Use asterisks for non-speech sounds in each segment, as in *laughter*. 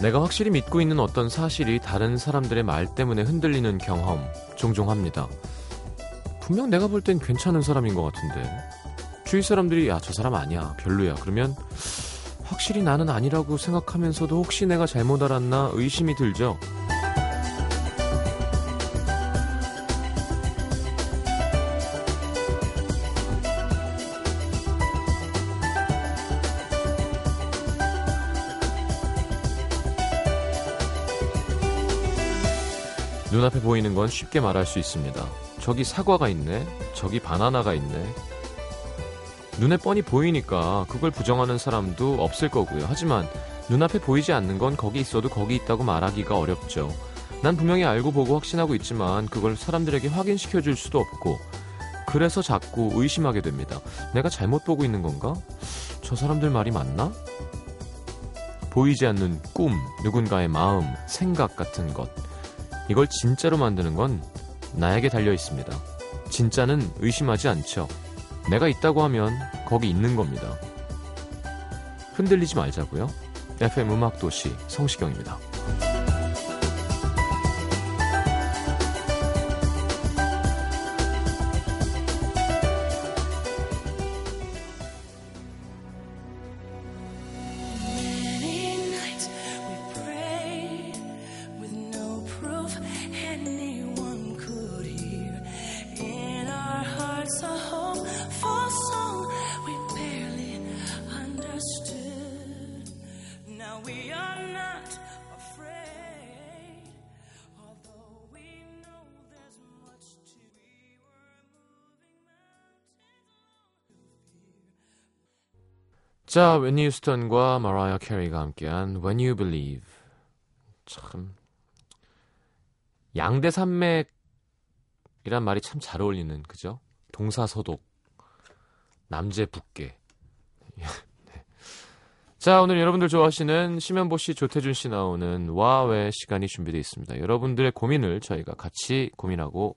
내가 확실히 믿고 있는 어떤 사실이 다른 사람들의 말 때문에 흔들리는 경험 종종 합니다. 분명 내가 볼 땐 괜찮은 사람인 것 같은데 주위 사람들이 야 저 사람 아니야 별로야 그러면 확실히 나는 아니라고 생각하면서도 혹시 내가 잘못 알았나 의심이 들죠. 눈앞에 보이는 건 쉽게 말할 수 있습니다. 저기 사과가 있네. 저기 바나나가 있네. 눈에 뻔히 보이니까 그걸 부정하는 사람도 없을 거고요. 하지만 눈앞에 보이지 않는 건 거기 있어도 거기 있다고 말하기가 어렵죠. 난 분명히 알고 보고 확신하고 있지만 그걸 사람들에게 확인시켜 줄 수도 없고 그래서 자꾸 의심하게 됩니다. 내가 잘못 보고 있는 건가? 저 사람들 말이 맞나? 보이지 않는 꿈, 누군가의 마음, 생각 같은 것. 이걸 진짜로 만드는 건 나에게 달려 있습니다. 진짜는 의심하지 않죠. 내가 있다고 하면 거기 있는 겁니다. 흔들리지 말자고요. FM 음악 도시 성시경입니다. Many nights we prayed with no proof anyone could hear. In our hearts, a hopeful song we barely understood. Now we are not afraid, although we know there's much to be. 자, 웬니 휴스턴과 마라이어 캐리가 함께한 When You Believe. 참 양대 산맥이란 말이 참 잘 어울리는 그죠? 동사서독, 남재 북계. *laughs* 네. 자, 오늘 여러분들 좋아하시는 심현보 씨, 조태준 씨 나오는 와외 시간이 준비되어 있습니다. 여러분들의 고민을 저희가 같이 고민하고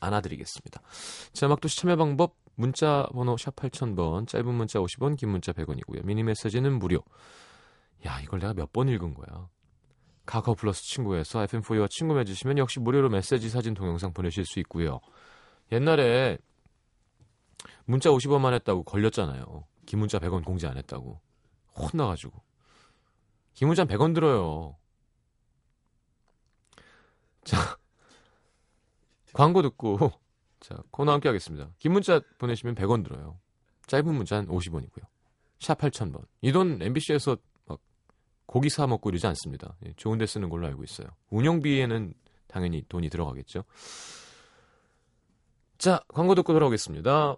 안아드리겠습니다. 자, 막도시 참여 방법 문자 번호 샵 8000번 짧은 문자 50원 긴 문자 100원이고요. 미니 메시지는 무료. 야 이걸 내가 몇 번 읽은 거야. 카카오 플러스 친구에서 FM4U와 친구 맺으시면 역시 무료로 메시지 사진 동영상 보내실 수 있고요. 옛날에 문자 50원만 했다고 걸렸잖아요. 긴 문자 100원 공지 안 했다고. 혼나가지고. 긴 문자 100원 들어요. 자 *laughs* 광고 듣고 자, 코너 함께 하겠습니다. 긴 문자 보내시면 100원 들어요. 짧은 문자는 50원이고요. 샵 8000번. 이 돈 MBC에서 막 고기 사 먹고 이러지 않습니다. 예, 좋은 데 쓰는 걸로 알고 있어요. 운영비에는 당연히 돈이 들어가겠죠. 자, 광고 듣고 돌아오겠습니다.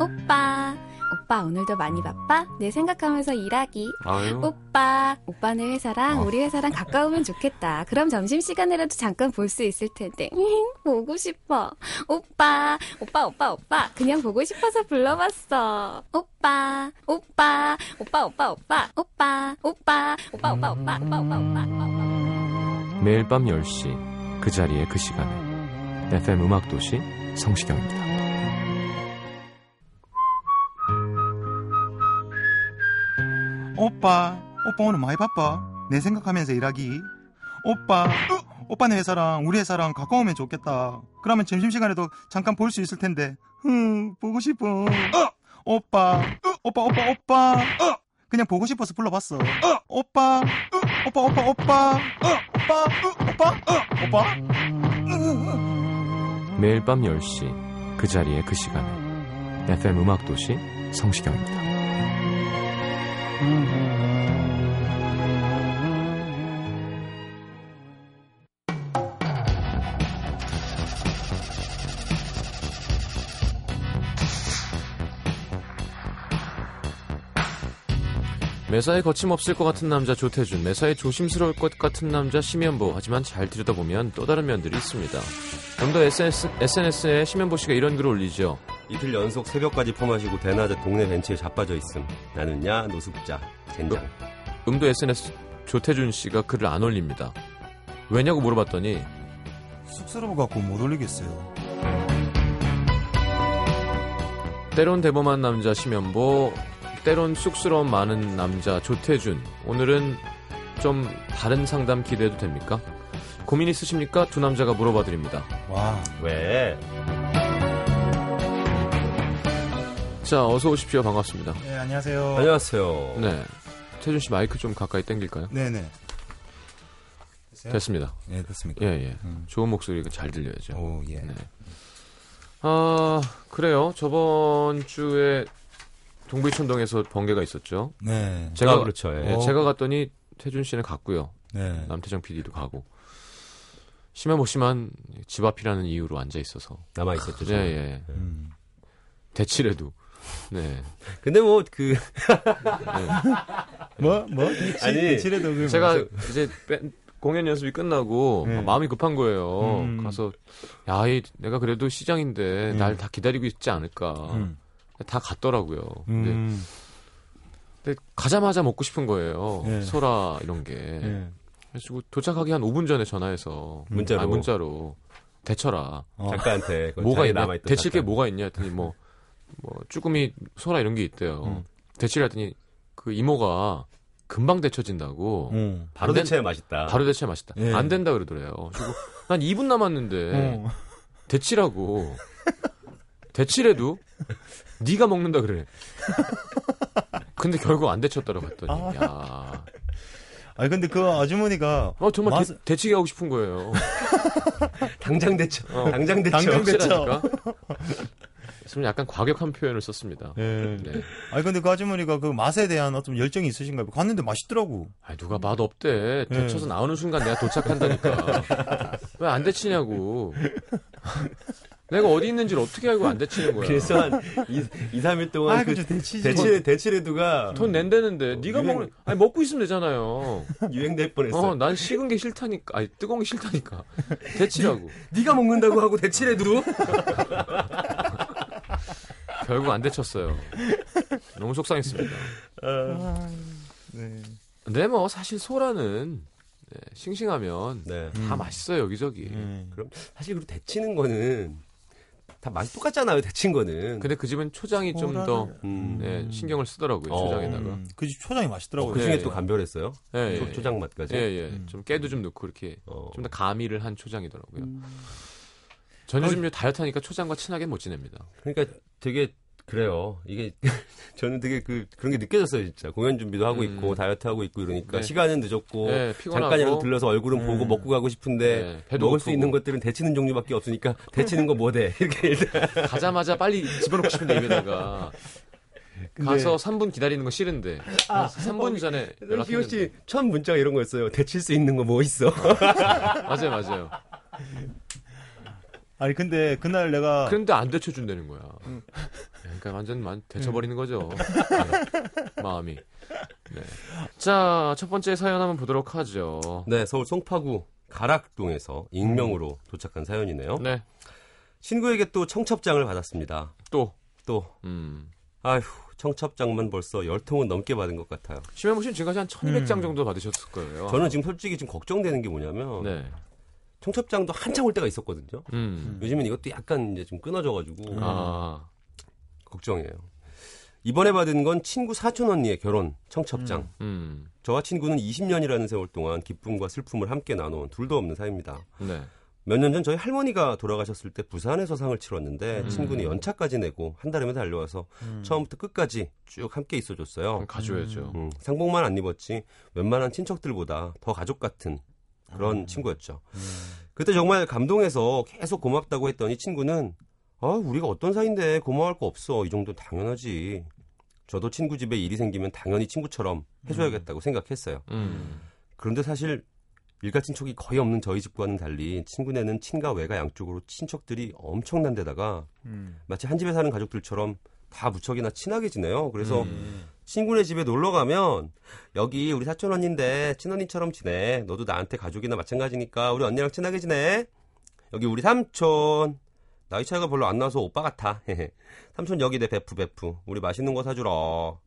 오빠, 오빠 오늘도 많이 바빠? 내 생각하면서 일하기. 어? 아유. 오빠, 오빠네 회사랑 어. 우리 회사랑 가까우면 좋겠다. 그럼 점심시간이라도 잠깐 볼 수 있을 텐데. *laughs* 보고 싶어. 오빠, 오빠, 오빠, 오빠. 그냥 보고 싶어서 불러봤어. 오빠, 오빠, 오빠, 오빠, 오빠. 오빠, 오빠, 오빠, 오빠, 오빠, 오빠, 오빠, 오빠. 오빠. 매일 밤 10시 그 자리에 그 시간에 FM 음악 도시 성시경입니다. 오빠, 오빠 오늘 많이 바빠. 내 생각하면서 일하기. 오빠, 으, 오빠네 회사랑 우리 회사랑 가까우면 좋겠다. 그러면 점심시간에도 잠깐 볼 수 있을 텐데. 흠, 보고 싶어. 어, 오빠, 으, 오빠, 오빠, 오빠. 어, 그냥 보고 싶어서 불러봤어. 어, 오빠, 으, 오빠, 오빠, 오빠. 어, 오빠, 으, 오빠, 어, 오빠. 으, 으, 매일 밤 10시 그 자리에 그 시간에 FM 음악 도시 성시경입니다. 매사에 거침없을 것 같은 남자 조태준, 매사에 조심스러울 것 같은 남자 심현보. 하지만 잘 들여다보면 또 다른 면들이 있습니다. 좀더 SNS, SNS에 심현보 씨가 이런 글을 올리죠. 이틀 연속 새벽까지 퍼마시고 대낮에 동네 벤치에 자빠져 있음. 나는야 노숙자 젠장. 음도 SNS 조태준 씨가 글을 안 올립니다. 왜냐고 물어봤더니 쑥스러워 갖고 못 올리겠어요. 때론 대범한 남자 심연보 때론 쑥스러운 많은 남자 조태준. 오늘은 좀 다른 상담 기대해도 됩니까? 고민 있으십니까? 두 남자가 물어봐 드립니다. 와. 왜? 자, 어서 오십시오. 반갑습니다. 네, 안녕하세요. 안녕하세요. 어. 네. 태준 씨 마이크 좀 가까이 당길까요? 네네. 됐어요? 됐습니다. 네, 됐습니다. 예, 예. 음. 좋은 목소리가 잘 들려야죠. 오, 예. 네. 아, 그래요. 저번 주에 동부이촌동에서 번개가 있었죠. 네. 제가 아, 그렇죠. 예. 예, 어. 제가 갔더니 태준 씨는 갔고요. 네. 남태정 PD도 가고. 심해 보시만 집 앞이라는 이유로 앉아 있어서. 남아 있었죠. 예, 예. 음. 대치래도. 네. 근데 뭐 그 뭐? 뭐? 대치, 아니, 대치래도 그 제가 무슨- 이제 밴- 공연 연습이 끝나고 네. 마음이 급한 거예요. 음. 가서 야, 이, 내가 그래도 시장인데 네. 날 다 기다리고 있지 않을까. 음. 다 갔더라고요. 근데 음. 근데 가자마자 먹고 싶은 거예요. 네. 소라 이런 게. 예. 그래서 도착하기 한 5분 전에 전화해서 네. 음. 문자로. 아, 문자로 대처라. 어. 작가한테 그 뭐가 자리에 있냐? 남아있던 대칠 게 작가. 뭐가 있냐 했더니 뭐 뭐 쭈꾸미 소라 이런 게 있대요. 음. 대치를 했더니 그 이모가 금방 데쳐진다고 어. 음. 바로 안 된- 대체 맛있다. 바로 대체 맛있다. 예. 안 된다 그러더래요. 그리고 난 2분 남았는데 *laughs* 어. 대치라고 대치래도 네가 먹는다 그래. 근데 결국 안 데쳤더라고 했더니 아. 야. 아니 근데 그 아주머니가 어 정말 맛을- 대, 치기 하고 싶은 거예요. 당장 대처. 어. 당장 대처. 당장 대처. 확실하니까. 좀 약간 과격한 표현을 썼습니다. 예. 네. 아니 근데 그 아주머니가 그 맛에 대한 어떤 열정이 있으신가 봐요. 갔는데 맛있더라고. 아 누가 맛 예. 없대. 데쳐서 나오는 순간 내가 도착한다니까. 왜 안 데치냐고. 내가 어디 있는지를 어떻게 알고 안 데치는 거야. 그래서 한 2, 3일 동안 아, 그 그죠, 대치죠. 대치 대치레두가 돈 낸다는데 네가 어, 유행- 먹는 아니 먹고 있으면 되잖아요. 유행될 뻔했어. 어, 요 난 식은 게 싫다니까. 아니 뜨거운 게 싫다니까. 데치라고. 네가 먹는다고 하고 *laughs* 대치레두? 결국 안 데쳤어요. 너무 속상했습니다. 네. 근데 뭐 사실 소라는 네, 싱싱하면 네. 다 맛있어요 여기저기. 예. 그럼 사실 그 대치는 거는 다 맛이 똑같잖아요. 데친 거는. 근데 그 집은 초장이 좀 더 네, 소라를- 음. 신경을 쓰더라고요 어. 초장에다가. 음, 그 집 초장이 맛있더라고요. 그 중에 예, 또 예. 감별했어요. 예, 예, 초- 예. 초장 음. 맛까지. 예, 예. 좀 깨도 좀 넣고 이렇게 어. 좀 더 가미를 한 초장이더라고요. 전 요즘 다이어트 하니까 초장과 친하게 못 지냅니다. 그러니까 되게 그래요. 이게 *laughs* 저는 되게 그 그런 게 느껴졌어요, 진짜. 공연 준비도 하고 있고 다이어트 하고 있고 이러니까 음. 네. 시간은 늦었고 예, 피곤하고. 뭐 잠깐이라도 들러서 얼굴은 보고 먹고 가고 싶은데 예, 배도 먹을 수 고프고. 있는 것들은 데치는 종류밖에 없으니까 *laughs* 데치는 거 뭐 돼? 이렇게 네, 일단 가자마자 빨리 집어넣고 싶은데 입에다가 가서 3분 기다리는 거 싫은데 아. 3분 전에 희호 씨 연락했는데 처음 문자가 이런 거였어요. 데칠 수 있는 거 뭐 있어? *laughs* 맞아요, 맞아요. 아니 근데 그날 내가 음. 그런데 안 대쳐준다는 거야. 그러니까 완전 만 대쳐버리는 *laughs* 거죠. 네, 마음이. 네. 자, 첫 번째 사연 한번 보도록 하죠. 네, 서울 송파구 가락동에서 익명으로 도착한 사연이네요. 음. 음. 네, 친구에게 또 청첩장을 받았습니다. 또 또 음. 아휴, 청첩장만 벌써 열 통은 넘게 받은 것 같아요. 심해보 씨는 지금까지 한 1200장 음. 정도 받으셨을 거예요. 저는 지금 솔직히 지금 걱정되는 게 뭐냐면 네. 청첩장도 한창 올 때가 있었거든요. 음. 요즘엔 이것도 약간 이제 좀 음. 끊어져가지고 아, 걱정이에요. 이번에 받은 건 친구 사촌 언니의 결혼 청첩장. 음. 저와 친구는 20년이라는 세월 동안 기쁨과 슬픔을 함께 나눠온 둘도 없는 사이입니다. 네. 몇 년 전 저희 할머니가 돌아가셨을 때 부산에서 상을 치렀는데 음. 친구는 연차까지 내고 한 달이면 달려와서 처음부터 끝까지 쭉 함께 있어줬어요. 그럼 가져야죠. 음, 상복만 안 입었지 웬만한 친척들보다 더 가족 같은 그런 친구였죠. 그때 정말 감동해서 계속 고맙다고 했더니 친구는 아 우리가 어떤 사이인데 고마워할 거 없어 이 정도는 당연하지. 저도 친구 집에 일이 생기면 당연히 친구처럼 해줘야겠다고 생각했어요. 음. 그런데 사실 일가친척이 거의 없는 저희 집과는 달리 친구네는 친가 외가 양쪽으로 친척들이 엄청난 데다가 음. 마치 한 집에 사는 가족들처럼 다 무척이나 친하게 지내요. 그래서 음. 친구네 집에 놀러 가면 여기 우리 사촌 언니인데 친언니처럼 지내. 너도 나한테 가족이나 마찬가지니까 우리 언니랑 친하게 지내. 여기 우리 삼촌. 나이 차이가 별로 안 나서 오빠 같아. 삼촌 여기 내 베프 베프. 우리 맛있는 거 사주러.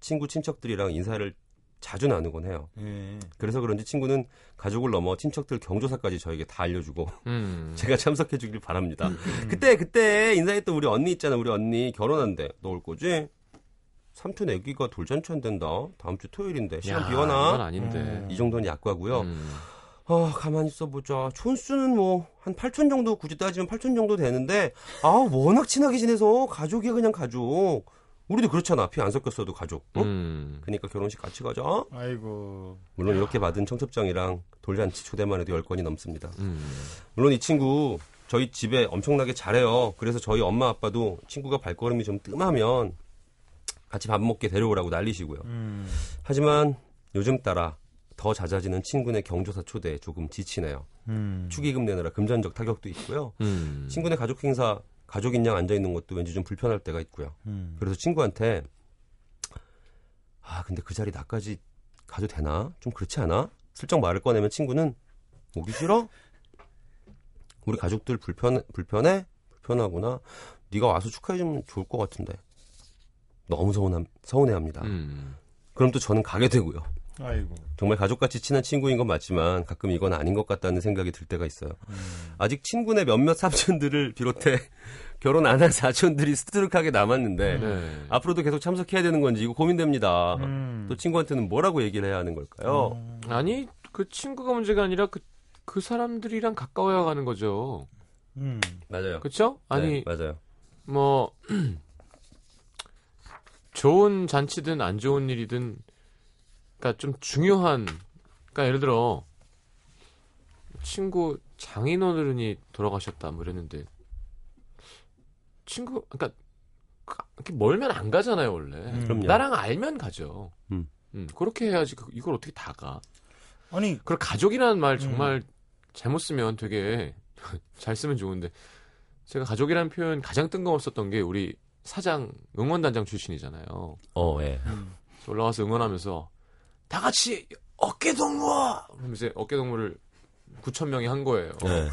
친구 친척들이랑 인사를 자주 나누곤 해요. 예. 그래서 그런지 친구는 가족을 넘어 친척들 경조사까지 저에게 다 알려주고 음. 제가 참석해 주길 바랍니다. 그때 그때 인사했던 우리 언니 있잖아. 우리 언니 결혼한대. 너 올 거지? 삼촌 애기가 돌잔치 한댄다. 다음 주 토요일인데 시간 야, 이건 비워놔. 아닌데. 음. 이 정도는 약과고요. 음. 아, 가만히 있어보자. 촌수는 뭐, 한 8천 정도, 굳이 따지면 8천 정도 되는데, 아, 워낙 친하게 지내서, 가족이야, 그냥 가족. 우리도 그렇잖아. 피 안 섞였어도 가족. 어? 음. 그러니까 결혼식 같이 가자. 아이고. 물론 이렇게 받은 청첩장이랑 돌잔치 초대만 해도 10건이 넘습니다. 음. 물론 이 친구, 저희 집에 엄청나게 잘해요. 그래서 저희 엄마 아빠도 친구가 발걸음이 좀 뜸하면, 같이 밥 먹게 데려오라고 난리시고요. 음. 하지만, 요즘 따라, 더 잦아지는 친구네 경조사 초대에 조금 지치네요. 음. 축의금 내느라 금전적 타격도 있고요. 음. 친구네 가족 행사 가족인 양 앉아 있는 것도 왠지 좀 불편할 때가 있고요. 음. 그래서 친구한테 아 근데 그 자리 나까지 가도 되나? 좀 그렇지 않아? 슬쩍 말을 꺼내면 친구는 오기 싫어? 우리 가족들 불편 불편해? 불편하구나. 네가 와서 축하해 주면 좋을 것 같은데. 너무 서운함, 서운해합니다. 음. 그럼 또 저는 가게 되고요. 아이고. 정말 가족같이 친한 친구인 건 맞지만 가끔 이건 아닌 것 같다는 생각이 들 때가 있어요. 아직 친구네 몇몇 삼촌들을 비롯해 *laughs* 결혼 안 한 사촌들이 스트륵하게 남았는데 네. 앞으로도 계속 참석해야 되는 건지 이거 고민됩니다. 음. 어, 또 친구한테는 뭐라고 얘기를 해야 하는 걸까요? 음. 음. 아니 그 친구가 문제가 아니라 그, 그 사람들이랑 가까워야 가는 거죠. 음. 맞아요. 그렇죠? 아니 네, 맞아요. 뭐 *clears throat* 좋은 잔치든 안 좋은 일이든 그러니까 좀 중요한 그러니까 예를 들어 친구 장인 어른이 돌아가셨다 뭐 이랬는데 친구 그러니까 그- 이렇게 멀면 안 가잖아요 원래 음. 그럼요. 나랑 알면 가죠 음. 음. 그렇게 해야지 그- 이걸 어떻게 다가 아니, 그리고 가족이라는 말 음. 정말 잘못 쓰면 되게 *laughs* 잘 쓰면 좋은데 제가 가족이라는 표현 가장 뜬금없었던 게 우리 사장 응원단장 출신이잖아요. 어, 예. 음. 그래서 올라와서 응원하면서 다 같이 어깨 동무 그럼 이제 어깨 동무를 9천 명이 한 거예요. 네.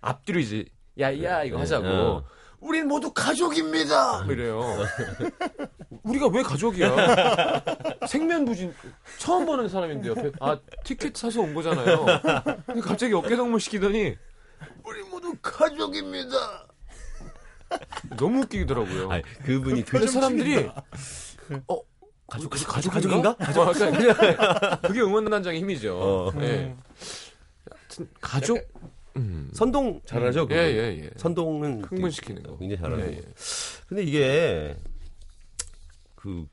앞뒤로 이제 야야 이거 네, 하자고 어. 우린 모두 가족입니다 이래요. 우리가 왜 가족이야? 생면부진 처음 보는 사람인데 옆에 아 티켓 사서 온 거잖아요. 근데 갑자기 어깨 동무 시키더니 우리 모두 가족입니다. 너무 웃기더라고요. 아니, 그분이 그 근데 사람들이 어 가족 가족 가족 가족인가? 어, 약간 그냥 그게 응원단장의 힘이죠. 어. 예. 하여튼 가족 음. 예, 선동 잘하죠? 그분? 예예예. 선동은 네, 흥분시키는 거. 굉장히 잘하죠. 예, 예. 근데 이게 그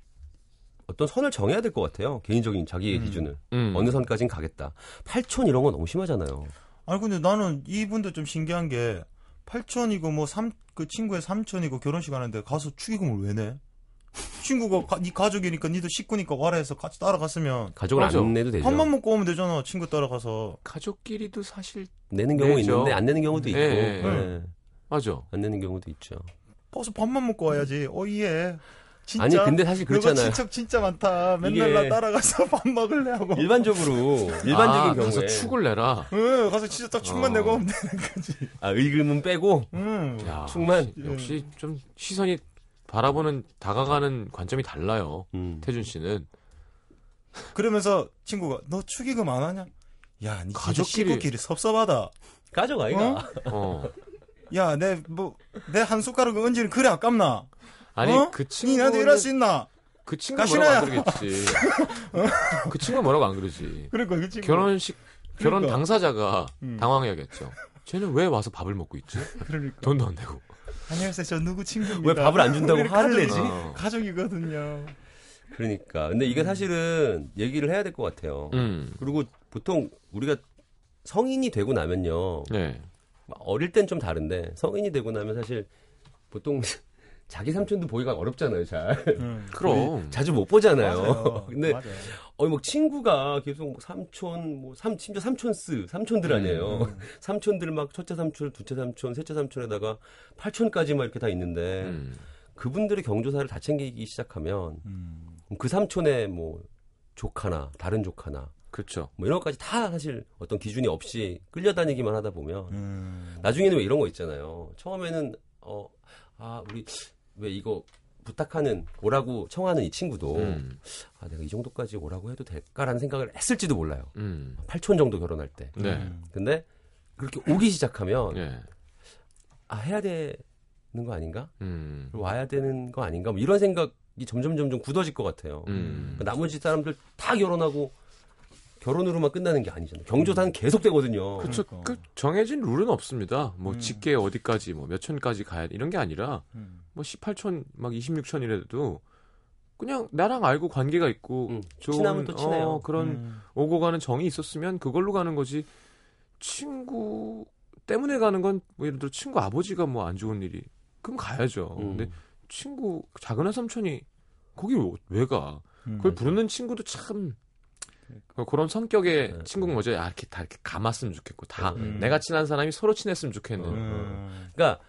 어떤 선을 정해야 될 것 같아요. 개인적인 자기의 기준을. 음. 어느 선까진 가겠다. 8촌 이런 거 너무 심하잖아요. 아니 근데 나는 이분도 좀 신기한 게 8천이고 뭐 삼 그 친구의 3천이고 결혼식 하는데 가서 축의금을 왜 내? 친구가 가, 네 가족이니까 니도 식구니까 와라 해서 같이 따라갔으면 가족을 맞아. 안 내도 되죠. 밥만 먹고 오면 되잖아 친구 따라가서 가족끼리도 사실 내는 경우 내죠. 있는데 안 내는 경우도 있고 예, 예, 예. 예. 맞아. 안 내는 경우도 있죠. 가서 밥만 먹고 와야지 어이해 진짜 아니 근데 사실 너가 그렇잖아요. 친척 진짜 많다 맨날 이게- 나 따라가서 *laughs* 밥 먹을래 하고 *laughs* 일반적으로 일반적인 아, 경우에 가서 축을 내라. 응 가서 진짜 딱 축만 어. 내고 오면 되는 거지 아, 의금은 빼고 음. 응 야, 충만. 역시, 역시 좀 시선이 바라보는 다가가는 관점이 달라요. 음. 태준 씨는 그러면서 친구가 너 축의금 안 하냐 야니 가족끼리- 가족끼리 식구끼리 섭섭하다 가족 아이가 어. 야, 내, 뭐, 내 한 숟가락 얹지는 그래, 아깝나? 아니 어? 그 니 친구는 나한테 일할 수 있나? 그 친구 뭐라고 가시나요? 안 그러겠지. 그 친구 뭐라고 안 그러지. 그러니까, 그 친구. 결혼식 결혼 그러니까. 당사자가 음. 당황해야겠죠. 쟤는 왜 와서 밥을 먹고 있지? 그러니까. 돈도 안 내고. 안녕하세요, 저 누구 친구입니다. 왜 밥을 안 준다고 그러니까. 우리 가족이- 화를 내지? 어. 가족이거든요. 그러니까. 근데 이게 사실은 얘기를 해야 될 것 같아요. 음. 그리고 보통 우리가 성인이 되고 나면요. 네. 막 어릴 땐 좀 다른데 성인이 되고 나면 사실 보통 *laughs* 자기 삼촌도 보기가 어렵잖아요, 잘. 음. 그럼. 자주 못 보잖아요. 맞아요. *laughs* 근데 맞아요. 어이 막 친구가 계속 뭐 삼촌 뭐삼 심지어 삼촌스 삼촌들 네. 아니에요. 음. *laughs* 삼촌들 막 첫째 삼촌, 둘째 삼촌, 셋째 삼촌에다가 팔촌까지 막 이렇게 다 있는데 음. 그분들의 경조사를 다 챙기기 시작하면 음. 그 삼촌의 뭐 조카나 다른 조카나 그렇죠. 뭐 이런 것까지 다 사실 어떤 기준이 없이 끌려다니기만 하다 보면 음. 나중에는 왜 이런 거 있잖아요. 처음에는 어 아 우리 왜 이거 부탁하는 오라고 청하는 이 친구도 음. 아 내가 이 정도까지 오라고 해도 될까라는 생각을 했을지도 몰라요. 음. 8촌 정도 결혼할 때. 네. 음, 근데 그렇게 오기 시작하면 네. 아 해야 되는 거 아닌가? 음. 와야 되는 거 아닌가? 뭐 이런 생각 점점 점점 굳어질 것 같아요. 음. 그 나머지 사람들 다 결혼하고 결혼으로만 끝나는 게 아니잖아요. 경조사는 계속 되거든요. 그렇죠. 그러니까. 그 정해진 룰은 없습니다. 뭐 음. 직계 어디까지 뭐 몇 촌까지 가야 이런 게 아니라 음. 뭐 18촌 막 26촌이라도 그냥 나랑 알고 관계가 있고 음, 좋은 친하면 또 친해요. 어, 그런 음. 오고 가는 정이 있었으면 그걸로 가는 거지 친구 때문에 가는 건뭐 예를 들어 친구 아버지가 뭐 안 좋은 일이 어, 그럼 네. 가야죠. 음. 근데 친구 작은 한 삼촌이 거기 왜 가? 음. 그걸 부르는 친구도 참 그러니까. 그런 성격의 네, 친구인 거죠. 아, 이렇게 다 이렇게 감았으면 좋겠고 다 음. 내가 친한 사람이 서로 친했으면 좋겠는. 음. 그러니까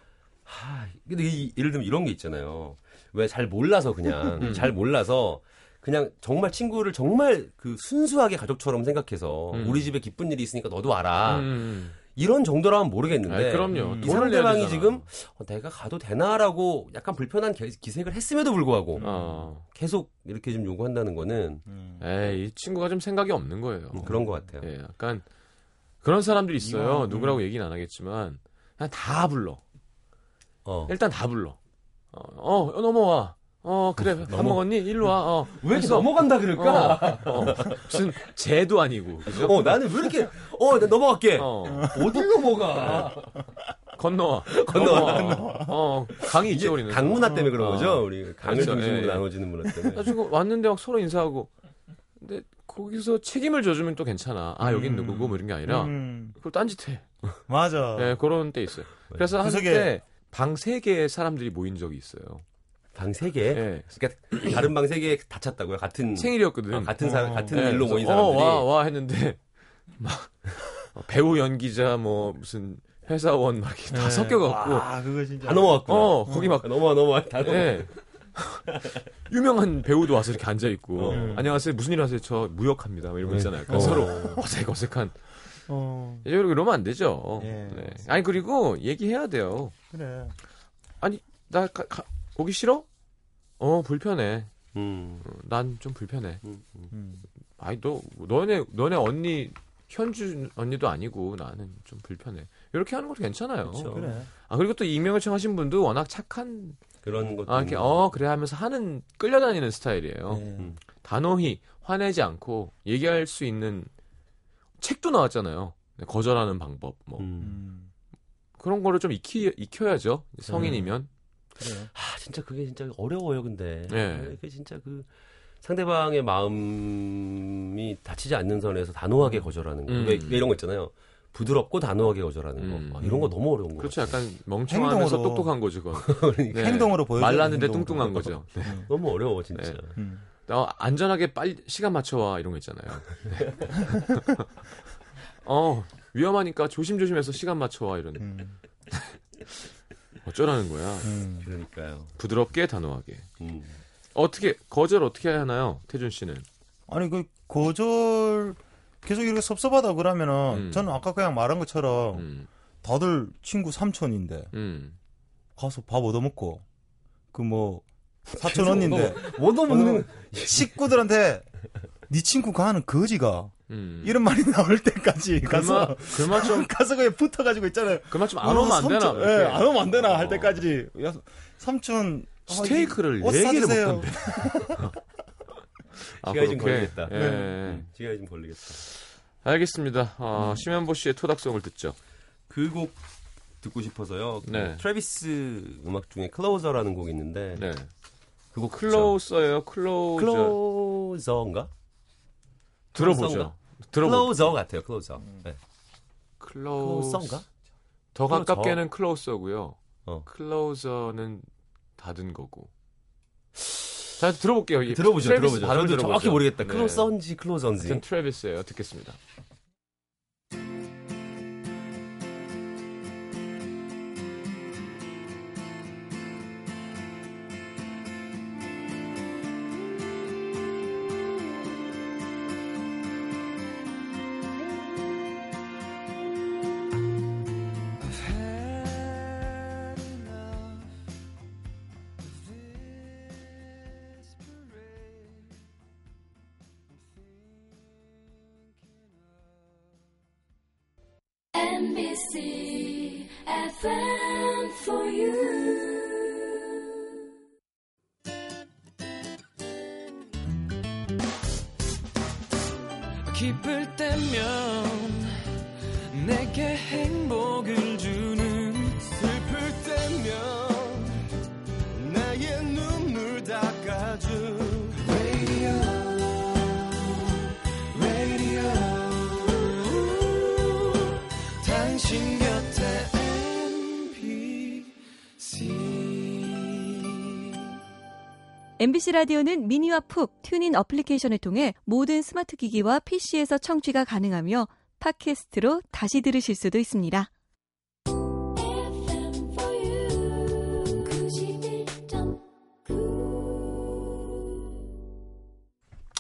하, 근데 이, 예를 들면 이런 게 있잖아요. 왜 잘 몰라서 그냥 음. 잘 몰라서 그냥 정말 친구를 정말 그 순수하게 가족처럼 생각해서 음. 우리 집에 기쁜 일이 있으니까 너도 와라 음. 이런 정도라면 모르겠는데 아이, 그럼요. 음. 이 돈을 내야 네. 상대방이 되잖아. 지금 어, 내가 가도 되나라고 약간 불편한 기- 기색을 했음에도 불구하고 어, 계속 이렇게 좀 요구한다는 거는 음. 에이 이 친구가 좀 생각이 없는 거예요. 음, 그런 것 같아요. 예, 약간 그런 사람들이 있어요. 이왕, 음. 누구라고 얘기는 안 하겠지만 그냥 다 불러. 어. 일단 다 불러. 어, 어 넘어와. 어 그래 밥 넘어- 먹었니? 일로 와. 어. 왜 이렇게 했어. 넘어간다 그럴까? 어, 어. 무슨 죄도 아니고 그죠? 어, 나는 왜 이렇게 어, 나 넘어갈게. 어. 어딜 넘어가? 건너와. 건너와. 어, 강이 있죠, 우리는. 강 문화 때문에 그런 거죠. 어. 우리 강을 그렇죠. 중심으로 예, 예. 나눠지는 문화 *laughs* 때문에. 나중에 왔는데 막 서로 인사하고. 근데 거기서 책임을 져주면 또 괜찮아. 아, 여긴 음. 누구고 뭐 이런 게 아니라. 음. 그걸 딴짓해. 맞아. 예, 그런 때 있어요. 네. 그래서 구석에- 한때 방 세개의 사람들이 모인 적이 있어요. 방 세 개. 예. 그러니까 다른 방 세 개 다 찼다고요. 같은 생일이었거든. 아, 같은 사람 어. 같은 예, 일로 모인 그래서 어, 사람들이 와, 와 했는데 *laughs* 막 배우 연기자 뭐 무슨 회사원 막 이렇게 다 예. 섞여갖고 와, 그거 진짜. 다 넘어갔구나. 어, 거기 막 아, 넘어와 넘어와 다 넘어. 예. *laughs* 유명한 배우도 와서 이렇게 앉아 있고 어. 음. 안녕하세요 무슨 일 하세요 저 무역합니다 뭐 이런 거 있잖아요 약간 어. 서로 어색 어색한 어. 예, 이러면 안 되죠 예, 네. 아니 그리고 얘기해야 돼요 그래. 나 가- 가- 오기 싫어 어 불편해 음. 난 좀 불편해 음. 아니 너 너네 너네 언니 현주 언니도 아니고 나는 좀 불편해 이렇게 하는 것도 괜찮아요 그렇죠. 그래. 아 그리고 또 익명 요청하신 분도 워낙 착한 그런 것도 아 음. 이렇게 어 그래 하면서 하는 끌려다니는 스타일이에요 예. 음. 단호히 화내지 않고 얘기할 수 있는 책도 나왔잖아요. 네, 거절하는 방법 뭐 음. 음. 그런 거를 좀 익히, 익혀야죠. 음. 성인이면 그래. 아, 진짜 그게 진짜 어려워요, 근데. 예. 그게 진짜 그 상대방의 마음이 다치지 않는 선에서 단호하게 거절하는 거. 음. 왜, 왜 이런 거 있잖아요. 부드럽고 단호하게 거절하는 거. 음. 아, 이런 거 너무 어려운 거. 그렇죠. 약간 음. 멍청하면서 행동으로. 그러니까. 똑똑한 거죠. *laughs* 그건. 네. 행동으로 보여. 말랐는데 뚱뚱한 거죠. 네. 너무 어려워, 진짜. 네. 음. 어, 안전하게 빨리 시간 맞춰와 이런 거 *laughs* 있잖아요. 네. 어 위험하니까 조심조심해서 시간 맞춰와 이런 음. *laughs* 어쩌라는 거야. 음. 그러니까요. 부드럽게 단호하게 음. 어떻게 거절 어떻게 해야 하나요, 태준 씨는? 아니 그 거절 계속 이렇게 섭섭하다 그러면은 음. 저는 아까 그냥 말한 것처럼 음, 다들 친구 삼촌인데 음. 가서 밥 얻어먹고 그 뭐 사촌 언니인데 뭐도 어. 먹는 식구들한테 네 친구 가는 거지가 음. 이런 말이 나올 때까지 그만 가서 그만 좀 *laughs* 가서 그냥 붙어가지고 있잖아요. 그만 좀 안 오면 안 되나? 삼촌, 예, 이렇게. 안 오면 안 되나 할 어. 때까지 야, 삼촌 아, 스테이크를 옷 네 개를 사주세요. *laughs* 먹던데. *laughs* 아, 시간이 그렇게? 좀 걸리겠다. 네. 예. 음, 시간이 좀 걸리겠다. 알겠습니다. 어, 음. 심현보 씨의 토닥송을 듣죠. 그 곡 듣고 싶어서요. 그 네. 트래비스 음악 중에 클로저라는 곡이 있는데 네. 그곡 그쵸? 클로우서예요. 클로우저. 클로저인가? 들어보죠. 들어보. 클로저 같아요. 클로저. 음. 네. 클로우. 클로저인가? 더 클로저. 가깝게는 클로우서고요. 어. 클로우저는 닫은 거고. 자, 들어볼게요. 이 들어보죠. 트래비스 들어보죠. 발음 저도 정확히 들어보죠. 모르겠다. 네. 클로저인지 네. 클로저인지. 하여튼 트래비스예요. 듣겠습니다. I've had enough of this parade. I'm thinking of. NBC FM for you. 기쁠 때면 내게 행복을 주는 슬플 때면 나의 눈물 닦아줘 Radio Radio 당신 곁에 MBC MBC 라디오는 미니와 푹 튜닝 어플리케이션을 통해 모든 스마트 기기와 PC에서 청취가 가능하며 팟캐스트로 다시 들으실 수도 있습니다.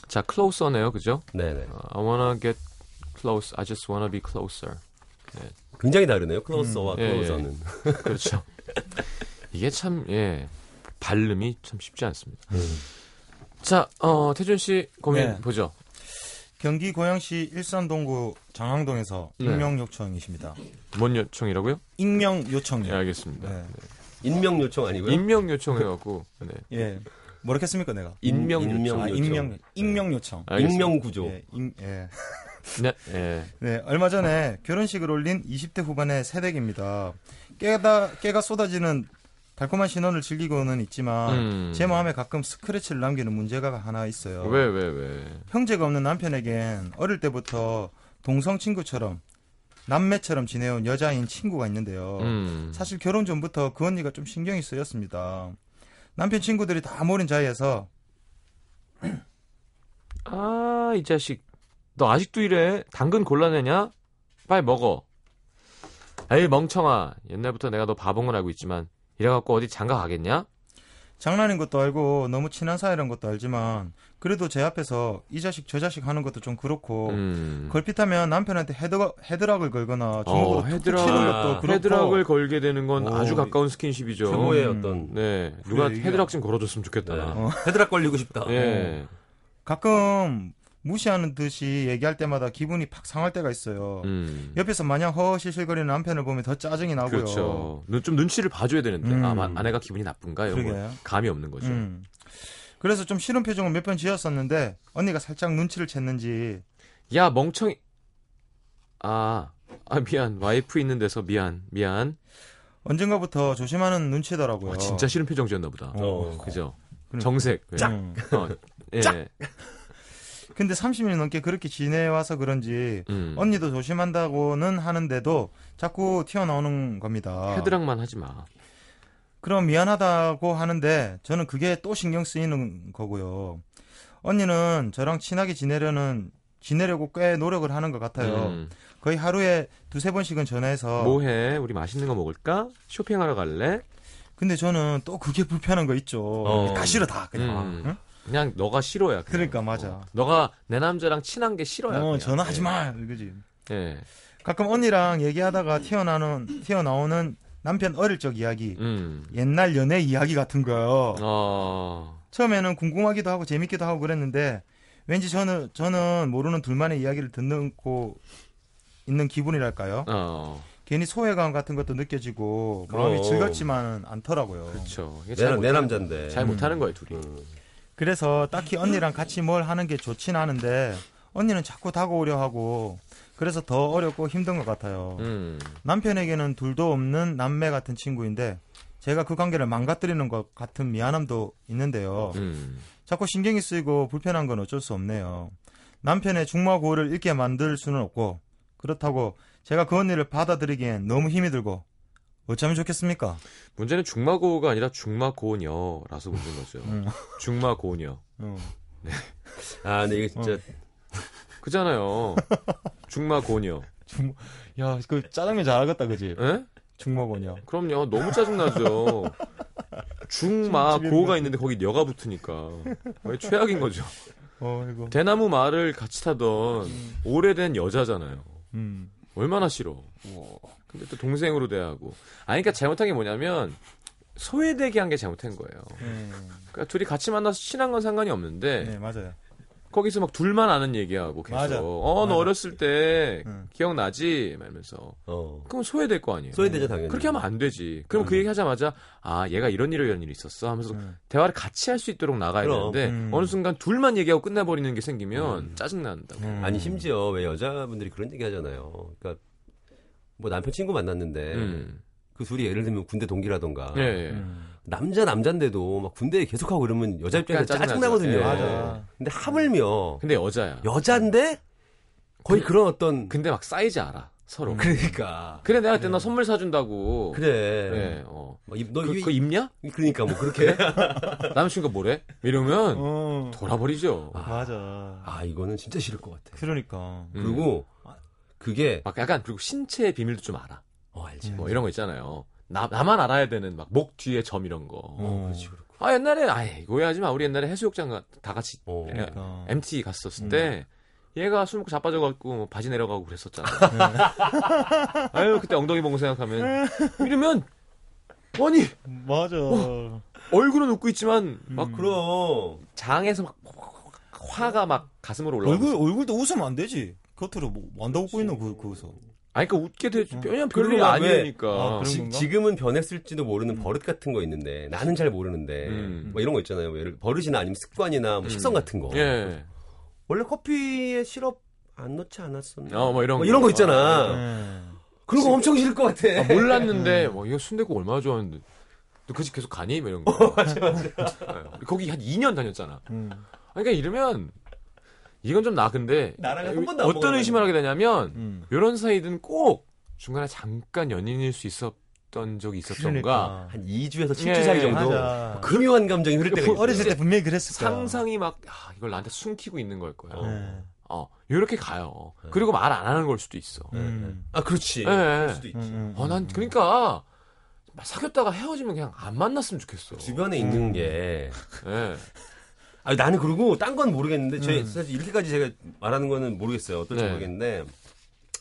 자, closer네요, 그죠? 네네. 아, I wanna get close. I just wanna be closer. 굉장히 다르네요. 클로서와 예, 예. 클로서는. 그렇죠. 이게 참, 예, 발음이 참 쉽지 않습니다. 자, 어, 태준 씨 고민 네. 보죠. 경기 고양시 일산동구 장항동에서 네. 익명 요청이십니다. 뭔 요청이라고요? 익명 예, 요청이요. 알겠습니다. 네. 인명 요청 아니고요? 임명 요청해갖고, 네. 예. 뭐라겠습니까 내가? 인명 인- 인명 요청. 아, 요청. 익명 익명 요청. 알겠습니다. 인명 구조. 네. 예, 임- 예. 네, 예. 네, 얼마 전에 결혼식을 올린 20대 후반의 새댁입니다. 깨다 깨가 쏟아지는 달콤한 신혼을 즐기고는 있지만 음. 아, 제 마음에 가끔 스크래치를 남기는 문제가 하나 있어요. 왜, 왜, 왜. 형제가 없는 남편에겐 어릴 때부터 동성 친구처럼 남매처럼 지내온 여자인 친구가 있는데요. 음. 어, 사실 결혼 전부터 그 언니가 좀 신경이 쓰였습니다. 남편 친구들이 다 모른 자리에서 아, 이 자식. 너 아직도 이래? 당근 골라내냐? 빨리 먹어. 에이, 멍청아. 옛날부터 내가 너 바본 걸 알고 있지만, 이래갖고 어디 장가 가겠냐? 장난인 것도 알고 너무 친한 사이란 것도 알지만 그래도 제 앞에서 이 자식 저 자식 하는 것도 좀 그렇고 음. 걸핏하면 남편한테 헤드가, 헤드락을 걸거나 주먹으로 툭툭 치는 것도 그렇고 어, 헤드락을 걸게 되는 건 오, 아주 가까운 그 스킨십이죠. 거의 음. 어떤 네, 누가 이게- 헤드락 좀 걸어줬으면 좋겠다. 네. 나. 어. 헤드락 걸리고 싶다. 예. 가끔 무시하는 듯이 얘기할 때마다 기분이 팍 상할 때가 있어요. 음. 옆에서 마냥 허허실실거리는 남편을 보면 더 짜증이 나고요. 그렇죠. 네, 눈- 좀 눈치를 봐줘야 되는데 음. 아, 마- 아내가 기분이 나쁜가 이런 거 그러게요. 감이 없는 거죠. 음. 그래서 좀 싫은 표정을 몇 번 지었었는데 언니가 살짝 눈치를 챘는지 야 멍청이. 아, 아 미안 와이프 있는 데서 미안 미안. 언젠가부터 조심하는 눈치더라고요. 와, 아, 진짜 싫은 표정지였나 보다. 어. 그죠. 그러니까. 정색. 예. 음. 어, 예. 근데 30년 넘게 그렇게 지내와서 그런지 음. 언니도 조심한다고는 하는데도 자꾸 튀어나오는 겁니다. 헤드락만 하지 마. 그럼 미안하다고 하는데 저는 그게 또 신경 쓰이는 거고요. 언니는 저랑 친하게 지내려는 지내려고 꽤 노력을 하는 것 같아요. 음. 거의 하루에 두세 번씩은 전화해서 뭐해? 우리 맛있는 거 먹을까? 쇼핑하러 갈래? 근데 저는 또 그게 불편한 거 있죠. 어. 다 싫어 다 그냥. 음. 응? 그냥 너가 싫어야. 그냥. 그러니까 맞아. 어, 너가 내 남자랑 친한 게 싫어야. 어, 그냥. 전화하지 예. 마. 그지. 예. 가끔 언니랑 얘기하다가 튀어나오는 튀어나오는 남편 어릴 적 이야기, 음. 옛날 연애 이야기 같은 거요. 어. 처음에는 궁금하기도 하고 재밌기도 하고 그랬는데 왠지 저는 저는 모르는 둘만의 이야기를 듣고 있는 기분이랄까요. 어. 괜히 소외감 같은 것도 느껴지고 마음이 그럼. 즐겁지만 않더라고요. 그렇죠. 이게 내, 잘 내 못하- 남잔데. 잘 못하는 거예요, 둘이. 그래서 딱히 언니랑 같이 뭘 하는 게 좋진 않은데 언니는 자꾸 다가오려 하고 그래서 더 어렵고 힘든 것 같아요. 음. 남편에게는 둘도 없는 남매 같은 친구인데 제가 그 관계를 망가뜨리는 것 같은 미안함도 있는데요. 음. 자꾸 신경이 쓰이고 불편한 건 어쩔 수 없네요. 남편의 중마고를 잃게 만들 수는 없고 그렇다고 제가 그 언니를 받아들이기엔 너무 힘이 들고 어쩌면 좋겠습니까? 문제는 중마고가 아니라 중마고녀라서 문제인 거죠. 음. 중마고녀. 어. 아, 근데 이게 진짜 그잖아요. 중마고녀. 야, 그 짜장면 잘하겠다, 그지? 예? 중마고냐. 그럼요. 너무 짜증나죠. 뭐- 중마고가 있는데 거기 녀가 붙으니까. 거의 최악인 거죠. 어, 이거. 대나무 말을 같이 타던 오래된 여자잖아요. 음. 얼마나 싫어. 근데 또 동생으로 대하고. 아니, 그러니까 잘못한 게 뭐냐면, 소외되게 한 게 잘못한 거예요. 음. 그러니까 둘이 같이 만나서 친한 건 상관이 없는데, 네, 맞아요. 거기서 막 둘만 아는 얘기하고 계속 맞아. 어, 너 맞아. 어렸을 때 응. 기억나지? 말면서 어. 그럼 소외될 거 아니에요. 소외되죠 당연히. 음. 그렇게 하면 안 되지. 그럼 그 얘기 하자마자 아 얘가 이런 일이 이런 일이 있었어 하면서 음. 대화를 같이 할 수 있도록 나가야 그럼. 되는데 음. 어느 순간 둘만 얘기하고 끝내버리는 게 생기면 짜증 난다. 고 음. 아니 심지어 왜 여자분들이 그런 얘기 하잖아요. 그러니까 뭐 남편 친구 만났는데 음. 그 둘이 예를 들면 군대 동기라던가 예, 예. 음. 남자 남잔데도 막 군대에 계속하고 그러면 여자 입장에서 약간 짜증나죠. 짜증나거든요. 예. 음. 맞아. 근데 하물며 근데 여자야. 여잔데 거의 그, 런 어떤 근데 막 사이즈 알아 서로. *laughs* 음. 그러니까 그래 내가 네. 그때 너 선물 사준다고. 그래. 예, 어. 뭐 입- 너 그, 이- 그거 예. 입냐? 그러니까 뭐 그렇게 남친과 뭐래? 이러면 어. 네. 돌아버리죠. 맞아. 아 이거는 진짜 싫을 것 같아. 그러니까. 음. 아. 그리고 그게 막 약간 그리고 신체의 비밀도 좀 알아. 어 알지. 뭐 이런 거 있잖아요. 나 나만 알아야 되는 막 목 뒤에 점 이런 거. 어. 그렇지 그렇고. 아 옛날에 아이 오해하지 마. 우리 옛날에 해수욕장 가- 다 같이 어. 예, 그러니까. MT 갔었을 음. 때 얘가 술 먹고 자빠져갖고 뭐 바지 내려가고 그랬었잖아. 아유 그때 엉덩이 보고 생각하면 이러면 아니 맞아. 얼굴은 웃고 있지만 막 아 그럼 장에서 막 화가 막 가슴으로 올라오고 얼굴 얼굴도 웃으면 안 되지. 겉으로 뭐 완다 웃고 있는 그 그거서. 아니 그러니까 웃게 되지 왜냐면 별로 그러니까 왜- 아니니까 아, 그런 지, 건가? 지금은 변했을지도 모르는 버릇 같은 거 있는데 나는 잘 모르는데 음. 뭐 이런 거 있잖아요. 뭐 예를 들어 버릇이나 아니면 습관이나 뭐 식성 같은 거. 예. 원래 커피에 시럽 안 넣지 않았었나? 어, 뭐 이런 거. 거 있잖아. 네. 음. 그런 거 엄청 싫을 것 같아. 아, 몰랐는데 뭐 이거 순대국 얼마나 좋아하는데 너 그 집 계속 가니? 뭐 이런 거 맞아 맞아 거기 한 2년 다녔잖아 음. 아니, 그러니까 이러면 이건 좀 나 근데 *laughs* 나랑 한 어, 번도 안 어떤 먹어봤는데. 의심을 하게 되냐면 음. 이런 사이든 꼭 중간에 잠깐 연인일 수 있었던 적이 있었던가 그러니까. 한 2주에서 7주 예, 사이 정도 맞아. 교묘한 감정이 흐를 때가 있어요. 어렸을 때 분명히 그랬을 거야. 상상이 막 아, 이걸 나한테 숨기고 있는 걸 거야 어. 네. 어 이렇게 가요 그리고 말 안 하는 걸 수도 있어 음. 아 그렇지. 예. 그럴 수도 있지. 음, 음, 어, 난 그러니까 사귀었다가 헤어지면 그냥 안 만났으면 좋겠어 주변에 있는 게 예. 아 나는 그리고 딴 건 모르겠는데 제 음. 사실 이렇게까지 제가 말하는 거는 모르겠어요. 어떨지 네. 모르겠는데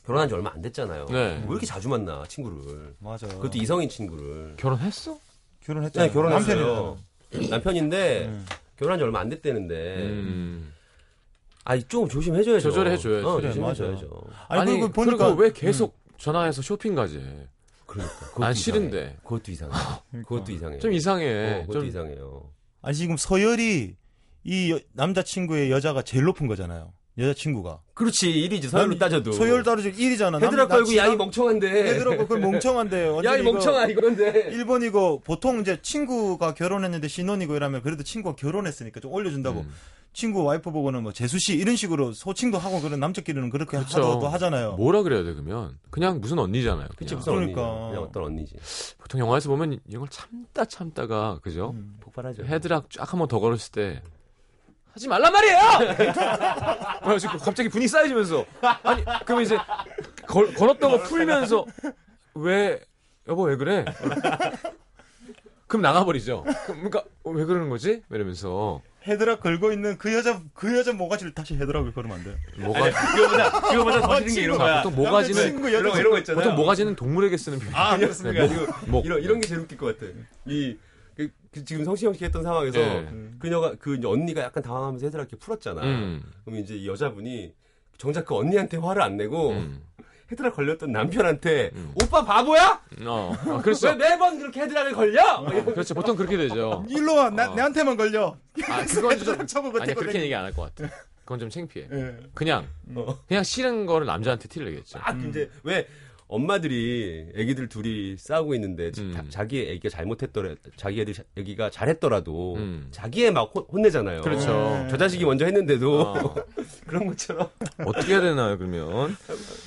결혼한 지 얼마 안 됐잖아요. 네. 왜 이렇게 자주 만나 친구를? 맞아. 그것도 이성인 친구를. 결혼했어? 결혼했잖아. 네, 결혼했어요. 남편이잖아. 남편인데 음. 결혼한 지 얼마 안 됐대는데 음. 아좀 조심해줘야죠. 조절해줘야죠. 어, 그래, 조심해줘야죠. 아니, 아니, 그리고 그리고 보니까 왜 계속 전화해서 쇼핑 가지? 그러니까. 그것도 난 이상해. 싫은데. 그것도 이상해. 그것도 이상해. 좀 이상해. 어, 그것도 좀 이상해요. 아니 지금 서열이 이 여- 남자친구의 여자가 제일 높은 거잖아요. 여자친구가. 그렇지 1위지 서열로 남- 따져도. 서열 따르죠. 1위잖아. 헤드락 걸고 야이 멍청한데. 헤드락 걸고 멍청한데요. 야이 멍청아 이건데. 일본이고 보통 이제 친구가 결혼했는데 신혼이고 이러면 그래도 친구가 결혼했으니까 좀 올려준다고 친구 와이프 보고는 뭐 재수 씨 이런 식으로 소칭도 하고 그런 남자끼리는 그렇게 그쵸. 하더라도 하잖아요. 뭐라 그래야 돼 그러면 그냥 무슨 언니잖아요. 그냥. 그치 무슨 그러니까. 언니지. 그냥 어떤 언니지. 보통 영화에서 보면 이걸 참다 참다가 그죠? 음. 폭발하죠. 헤드락 쫙 한 번 더 걸었을 때 하지 말란 말이에요. 아, 지금 갑자기 분이 쌓여지면서 아니 그럼 이제 걸, 걸었던 거 풀면서 왜 여보 왜 그래? 그럼 나가버리죠. 그럼 그러니까 어, 왜 그러는 거지? 이러면서 헤드락 걸고 있는 그 여자 그 여자 모가지를 다시 헤드락을 걸으면 안 돼요. 뭐가 그거보다 그거보다 더 싫은 게 이런 자, 거야. 보통 뭐 모가지는 남자친구 이런 거 여자 이런 거 있잖아요. 보통 모가지는 동물에게 쓰는 표현. 아 그렇습니까? 네, 이거 목. 이런 이런 게 제일 웃길 것 같아. 이 그, 그 지금 성시경 씨 했던 상황에서 예. 그녀가 그 이제 언니가 약간 당황하면서 헤드락 이렇게 풀었잖아. 음. 그럼 이제 이 여자분이 정작 그 언니한테 화를 안 내고 음. 헤드락 걸렸던 남편한테 오빠 바보야? 어. 아, 그렇죠. 왜 매번 그렇게 헤드락을 걸려? 막 이러고. 그렇죠. 보통 그렇게 되죠. 일로 와, 나, 어. 내한테만 걸려. 아, 그건 좀 쳐보고 아니 때거든. 그렇게 얘기 안 할 것 같아. 그건 좀 창피해. 예. 그냥 어. 아, 그냥 싫은 거를 남자한테 티를 내겠죠. 딱 이제 왜 엄마들이 애기들 둘이 싸우고 있는데 음. 자- 자기 애기가 잘못했더라 자기 애들 자- 애기가 잘했더라도 음. 자기애 막 혼- 혼내잖아요. 어. 그렇죠. 네. 저 자식이 먼저 했는데도 어. *laughs* 그런 것처럼 어떻게 해야 되나요, 그러면?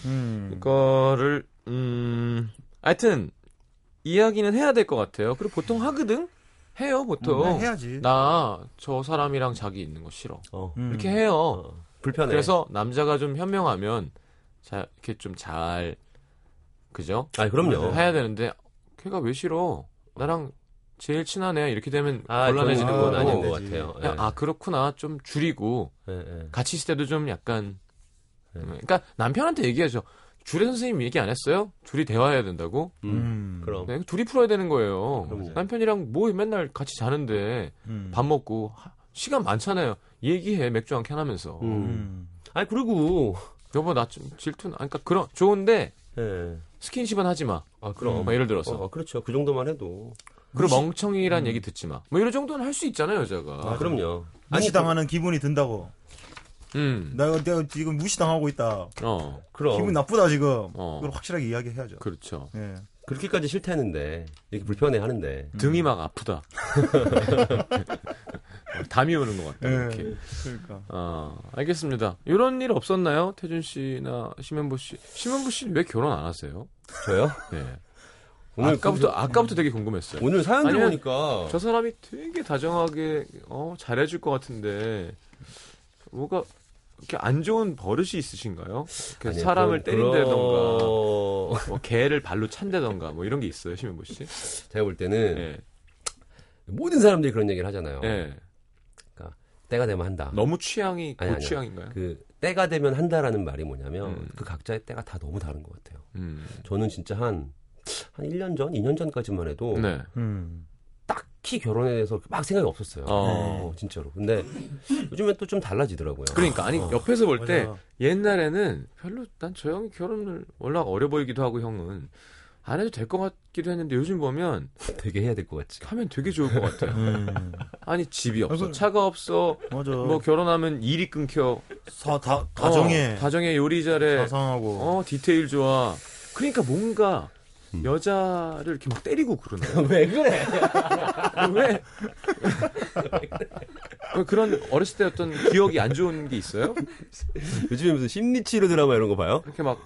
음. 이거를 음. 하여튼 이야기는 해야 될 것 같아요. 그리고 보통 하거든. 해요, 어. 보통. 음, 네, 해야지. 나 저 사람이랑 자기 있는 거 싫어. 어, 음. 이렇게 해요. 어, 불편해. 그래서 남자가 좀 현명하면 자 이렇게 좀 잘 그죠? 네, 아 그럼요. 해야 되는데 걔가 왜 싫어? 나랑 제일 친한 애 이렇게 되면 아, 곤란해지는 그건 거고. 아닌 것 되지. 같아요. 그냥, 아 그렇구나 좀 줄이고 예, 예. 같이 있을 때도 좀 약간 네. 음, 그러니까 남편한테 얘기하죠. 줄의 선생님 얘기 안 했어요? 둘이 대화해야 된다고? 음, 음. 그럼. 네, 둘이 풀어야 되는 거예요. 그럼요. 남편이랑 뭐 맨날 같이 자는데 음. 밥 먹고 하- 시간 많잖아요. 얘기해 맥주 한 캔 하면서. 음. 음. 아니 그리고 여보 나 좀 질투. 나- 그러니까 그런 좋은데 예. 스킨십은 하지 마. 음, 아 그럼. 막 예를 들어서. 어, 음. 그렇죠. 그 정도만 해도. 그리고 멍청이란 얘기 듣지 마. 뭐 이런 정도는 할 수 있잖아요 여자가. 아, 그럼요. 무시당하는 기분이 든다고. 음. 나 이거 내가 지금 무시당하고 있다. 어. 그럼 기분 나쁘다 지금. 어. 이걸 확실하게 이야기해야죠. 그렇죠. 예. 그렇게까지 싫다는데 이렇게 불편해하는데. 등이 막 *laughs* 아프다. 어, 담이 오는 것 같다. 네. 이렇게. 예. 그러니까. 아, 알겠습니다. 이런 일 없었나요? 태준 씨나 심현보 씨. 심현보 씨는 왜 결혼 안 하세요? 저요? 네. *laughs* 오늘 아까부터 아까부터 되게 궁금했어요. 오늘 사연 아니면- 들어보니까 저 사람이 되게 다정하게 어, 잘해줄 것 같은데 뭐가 이렇게 안 좋은 버릇이 있으신가요? 이렇게 아니, 사람을 그런- 때린다던가 그런- *laughs* 뭐 개를 발로 찬다던가 뭐 이런 게 있어요, 심현보 씨? 제가 볼 때는 예. 모든 사람들이 그런 얘기를 하잖아요. 예. 때가 되면 한다. 너무 취향이 아니, 고 아니요. 취향인가요? 그 때가 되면 한다라는 말이 뭐냐면 음. 그 각자의 때가 다 너무 다른 것 같아요. 음. 저는 진짜 한, 한 1년 전, 2년 전까지만 해도 네. 음. 딱히 결혼에 대해서 막 생각이 없었어요. 어. 어, 진짜로. 근데 요즘엔 또 좀 달라지더라고요. 그러니까 아니 어. 옆에서 볼 때 맞아. 옛날에는 별로 난 저 형이 결혼을 워낙 어려 보이기도 하고 형은 안 해도 될 것 같기도 했는데 요즘 보면 *laughs* 되게 해야 될 것 같지. 하면 되게 좋을 것 같아요. 음. 아니 집이 없어, 그럼- 차가 없어, 맞아. 뭐 결혼하면 일이 끊겨, 사, 다, 다정해. 어, 다정해 요리 잘해, 자상하고. 어 디테일 좋아. 그러니까 뭔가 음. 여자를 이렇게 막 때리고 그러나요? *laughs* 왜 그래? *laughs* 왜? 왜 그런 어렸을 때 어떤 기억이 안 좋은 게 있어요? 요즘에 무슨 심리치료 드라마 이런 거 봐요? 이렇게 막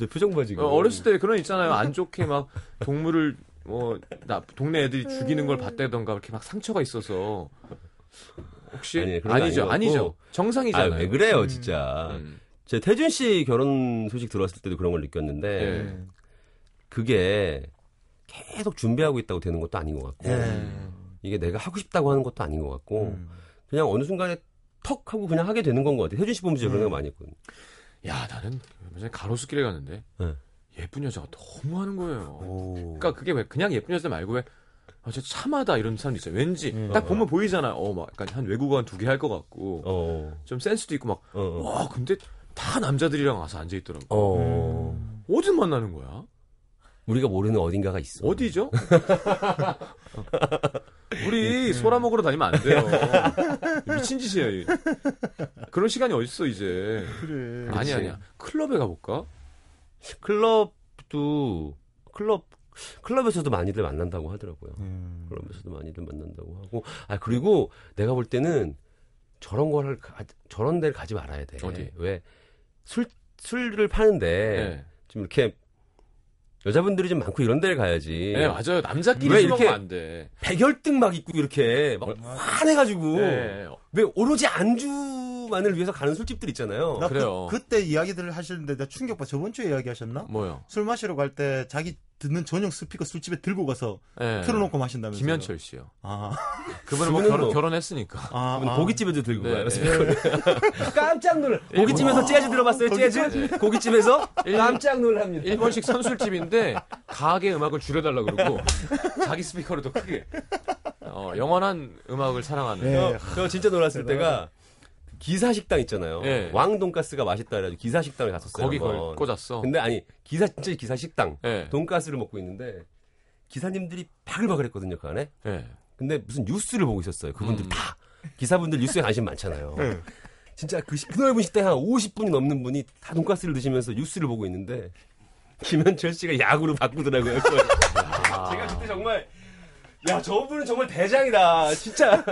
저 표정 봐, 지금. 어, 어렸을 때 그런 거 있잖아요. 안 좋게 막 동물을 뭐 나, 동네 애들이 죽이는 걸 봤다던가 이렇게 막 상처가 있어서 혹시 아니, 그런 거 아니, 죠 아닌 것 같고. 아니죠 아, 정상이잖아요. 왜 그래요, 진짜. 음. 제 태준 씨 결혼 소식 들었을 때도 그런 걸 느꼈는데 예. 그게 계속 준비하고 있다고 되는 것도 아닌 것 예. 같고 네. 이게 내가 하고 싶다고 하는 것도 아닌 것 같고 음. 그냥 어느 순간에 턱 하고 그냥 하게 되는 건 것 같아요. 태준 씨 보면서 그런 거 많이 했거든요. 야 나는 예전에 가로수길에 갔는데 네. 예쁜 여자가 너무 하는 거예요. 오. 그러니까 그게 왜 그냥 예쁜 여자 말고 왜 아, 진짜 참하다 이런 사람 있어요. 왠지 음. 딱 보면 보이잖아요. 어막 약간 한 외국어 한 두 개 할 것 같고 어, 좀 센스도 있고 막 어, 어. 와 근데 다 남자들이랑 와서 앉아 있더라고. 어. 어디 만나는 거야? 우리가 모르는 어딘가가 있어. 어디죠? 우리 소라 먹으러 다니면 안 돼요. 미친 짓이에요. 이거. 그런 시간이 어딨어 이제. 그래. 아니 그치. 아니야. 클럽에 가볼까? 클럽도 클럽 클럽에서도 많이들 만난다고 하더라고요. 음. 클럽에서도 많이들 만난다고 하고 아 그리고 내가 볼 때는 저런 걸 가- 저런 데를 가지 말아야 돼. 어디? 왜 술 술을 파는데 네. 좀 이렇게 여자분들이 좀 많고 이런 데를 가야지. 네, 맞아요. 남자끼리 예. 왜 술 먹으면 이렇게- 안 돼. 백열등 막 입고 이렇게 막 환해가지고 네. 왜 오로지 안주만을 위해서 가는 술집들 있잖아요. 나 그래요. 그, 그때 이야기들을 하시는데 나 충격받 저번 주에 이야기하셨나? 뭐요? 술 마시러 갈 때 자기 듣는 전용 스피커 술집에 들고 가서 네. 틀어놓고 마신다면서. 김현철 씨요. 아. 그분은 뭐 그분은 결혼, 뭐- *laughs* 결혼했으니까. 아, 그분 아. 고깃집에도 들고 네, 가요. 네. *laughs* 예. 아, 깜짝 놀라. 고깃집에서 재즈 들어봤어요. 재즈. 네. 고깃집에서 깜짝 놀랍니다. 일본식 선술집인데 가게 음악을 줄여달라 그러고 자기 스피커로 더 크게. 어, 영원한 음악을 사랑하는. 저, 어, 저 진짜 놀랐을 때가 기사 식당 있잖아요. 네. 왕 돈가스가 맛있다 그래가지고 기사 식당을 갔었어요. 거기 걸 한번. 꽂았어. 근데 아니 기사 진짜 기사 식당 예. 돈가스를 먹고 있는데 기사님들이 바글바글했거든요 그 안에. 예. 근데 무슨 뉴스를 보고 있었어요. 그분들 음. 다 기사분들 뉴스에 관심 많잖아요. 진짜 그, 시- 그 넓은 식당에 한 50분이 넘는 분이 다 돈가스를 드시면서 뉴스를 보고 있는데 김현철 씨가 야구로 바꾸더라고요. 그걸. 제가 그때 정말 야 저분은 정말 대장이다. 진짜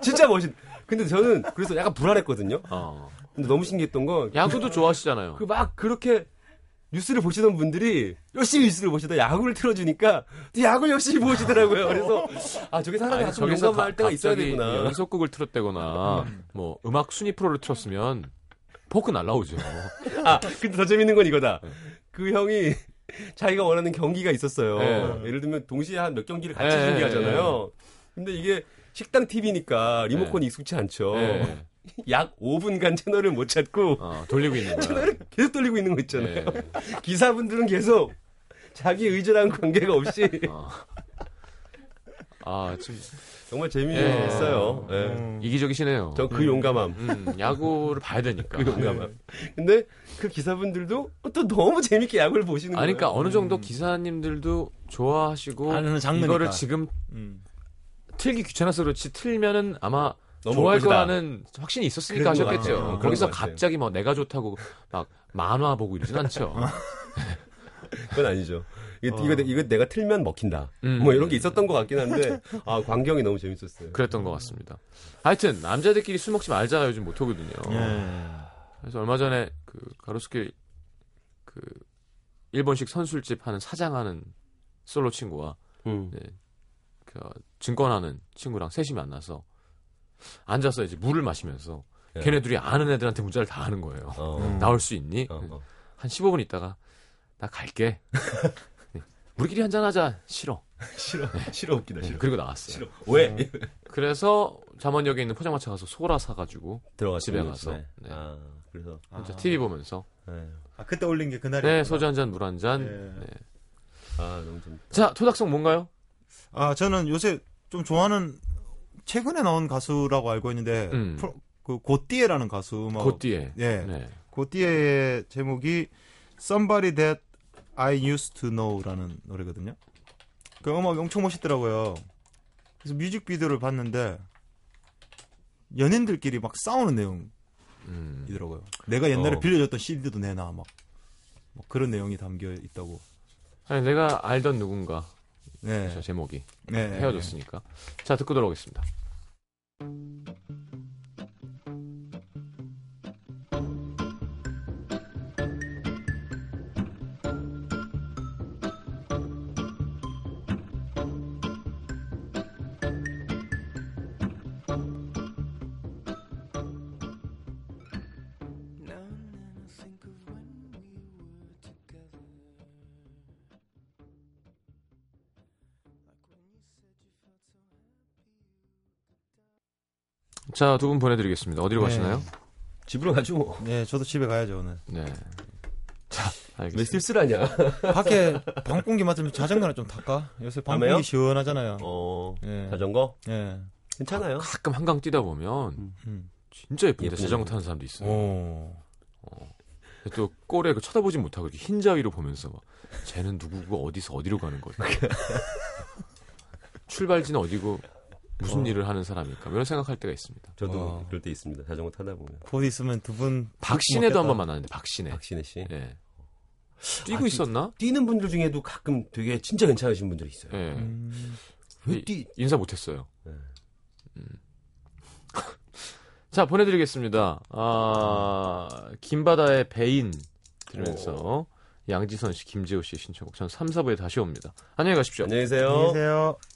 진짜 멋있. 근데 저는 그래서 약간 불안했거든요. 어. 근데 너무 신기했던 건 야구도 좋아하시잖아요. 그 막 그렇게 뉴스를 보시던 분들이 열심히 뉴스를 보시다 야구를 틀어주니까 또 야구를 열심히 보시더라고요. 그래서 *laughs* 아 저게 사람이 아니, 가끔 저기서 용감할 가- 때가 있어야 갑자기 되구나. *laughs* 연속극을 틀었대거나 뭐 음악 순위 프로를 틀었으면 포크 날라오죠. 아 근데 더 재밌는 건 이거다. 네. 그 형이 *laughs* 자기가 원하는 경기가 있었어요. 네. 예를 들면 동시에 한 몇 경기를 같이 네, 준비하잖아요. 근데 이게 식당 TV니까 네. 리모컨이 익숙치 않죠. 예. *laughs* 약 5분간 채널을 못 찾고 어, 돌리고 있는 아, 거야. 채널을 계속 돌리고 있는 거 있잖아요. 예. *laughs* 기사분들은 계속 자기 의지랑 관계가 없이 어. 아, 지금 정말 예. 재미있어요. 예. 음. 이기적이시네요. 전 그 용감함. 음, 네. 야구를 봐야 되니까. 그 용감함. 근데 그 기사분들도 또 너무 재밌게 야구를 보시는 아니, 그러니까 거예요. 어느 정도 기사님들도 좋아하시고 아는 장르니까. 이거를 지금 음. 틀기 귀찮아서 그렇지 틀면은 아마 너무 좋아할 웃기다. 거라는 확신이 있었으니까 그런 것 하셨겠죠. 같아요. 거기서 그런 것 같아요. 갑자기 뭐 내가 좋다고 막 만화 보고 이러진 *laughs* 않죠. 뭐 그건 아니죠. 이거, 어. 이거, 내- 이거 내가 틀면 먹힌다. 음. 뭐 이런 게 있었던 것 같긴 한데 아 광경이 너무 재밌었어요. 그랬던 것 같습니다. 하여튼 남자들끼리 술 먹지 말자가 요즘 못하거든요. 어. 예. 예. 아. 그래서 얼마 전에 그 가로수길 그 일본식 선술집 하는 사장하는 솔로 친구와 네, 음. 그 증권하는 친구랑 셋이 만나서 앉아서 이제 물을 마시면서 예. 걔네들이 아는 애들한테 문자를 다 하는 거예요. 어. 음. 나올 수 있니? 어, 어. 한 15분 있다가 나 *laughs* 갈게. 네. 우리끼리 한잔하자. *laughs* 싫어. *laughs* 음. 싫어 싫어 웃기다 네, 싫어 그리고 나왔어요. 싫어 왜 그래서 잠원역에 있는 포장마차 가서 소라 사가지고 들어가 집에 가서. 네. 아 그래서 혼자 TV 보면서 네. 아, 그때 올린 게 그날이. 네 소주 한 잔 물 한 잔. 예. 네. 아 너무 재밌다. 자 토닥성 뭔가요? 아, 저는 요새 좀 좋아하는 최근에 나온 가수라고 알고 있는데 음. 프로- 그 고띠에라는 가수 뭐, 음악. 곧뒤에. 예. 네. 고띠에의 제목이 Somebody That I Used to Know라는 노래거든요. 그 음악이 엄청 멋있더라고요. 그래서 뮤직비디오를 봤는데 연인들끼리 막 싸우는 음. 내용이더라고요. 내가 옛날에 어. 빌려줬던 CD도 내놔 막, 막 그런 내용이 담겨 있다고. 아니, 내가 알던 누군가 네. 그렇죠, 제목이 네. 헤어졌으니까. 자 듣고 돌아오겠습니다. Now and then I think of when we were together. Like when you said you felt so 자 두 분 보내드리겠습니다. 어디로 네. 가시나요? 집으로 가죠. 뭐. 네, 저도 집에 가야죠 오늘. 네. 자 왜 알겠습니다. 네. 쓸쓸하냐? 밖에 방 공기 맡으면 자전거나 좀 탈까? 요새 방 밤에요? 공기 시원하잖아요. 어 예. 자전거 예. 괜찮아요. 가끔 한강 뛰다 보면 음. 진짜 예쁜데 예쁘죠. 자전거 타는 사람도 있어요. 오. 근데 또 꼴에 그 쳐다보지 못하고 이렇게 흰자위로 보면서 막 쟤는 누구고 어디서 어디로 가는 걸까? *laughs* 출발지는 어디고 무슨 일을 하는 사람일까? 뭐 이런 생각할 때가 있습니다. 저도 와. 어. 그럴 때 있습니다. 자전거 타다 보면 곧 있으면 두분 박신혜도 한번 만났는데 뭐 박신혜. 박신혜 씨 예. 아, 뛰고 진- 있었나? 뛰는 분들 중에도 가끔 되게 진짜 괜찮으신 분들이 있어요. 예. 왜 음. 이- 뛰? 인사 못했어요. 네. 음. *laughs* 자 보내드리겠습니다. 아 김바다의 배인 들으면서 양지선 씨, 김지호 씨의 신청곡 전 3, 4부에 다시 옵니다. 안녕히 가십시오. 안녕히 계세요. 안녕하세요.